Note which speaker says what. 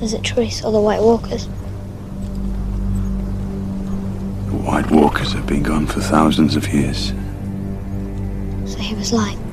Speaker 1: Is it Therese or the White Walkers?
Speaker 2: The White Walkers have been gone for thousands of years.
Speaker 1: So he was lying.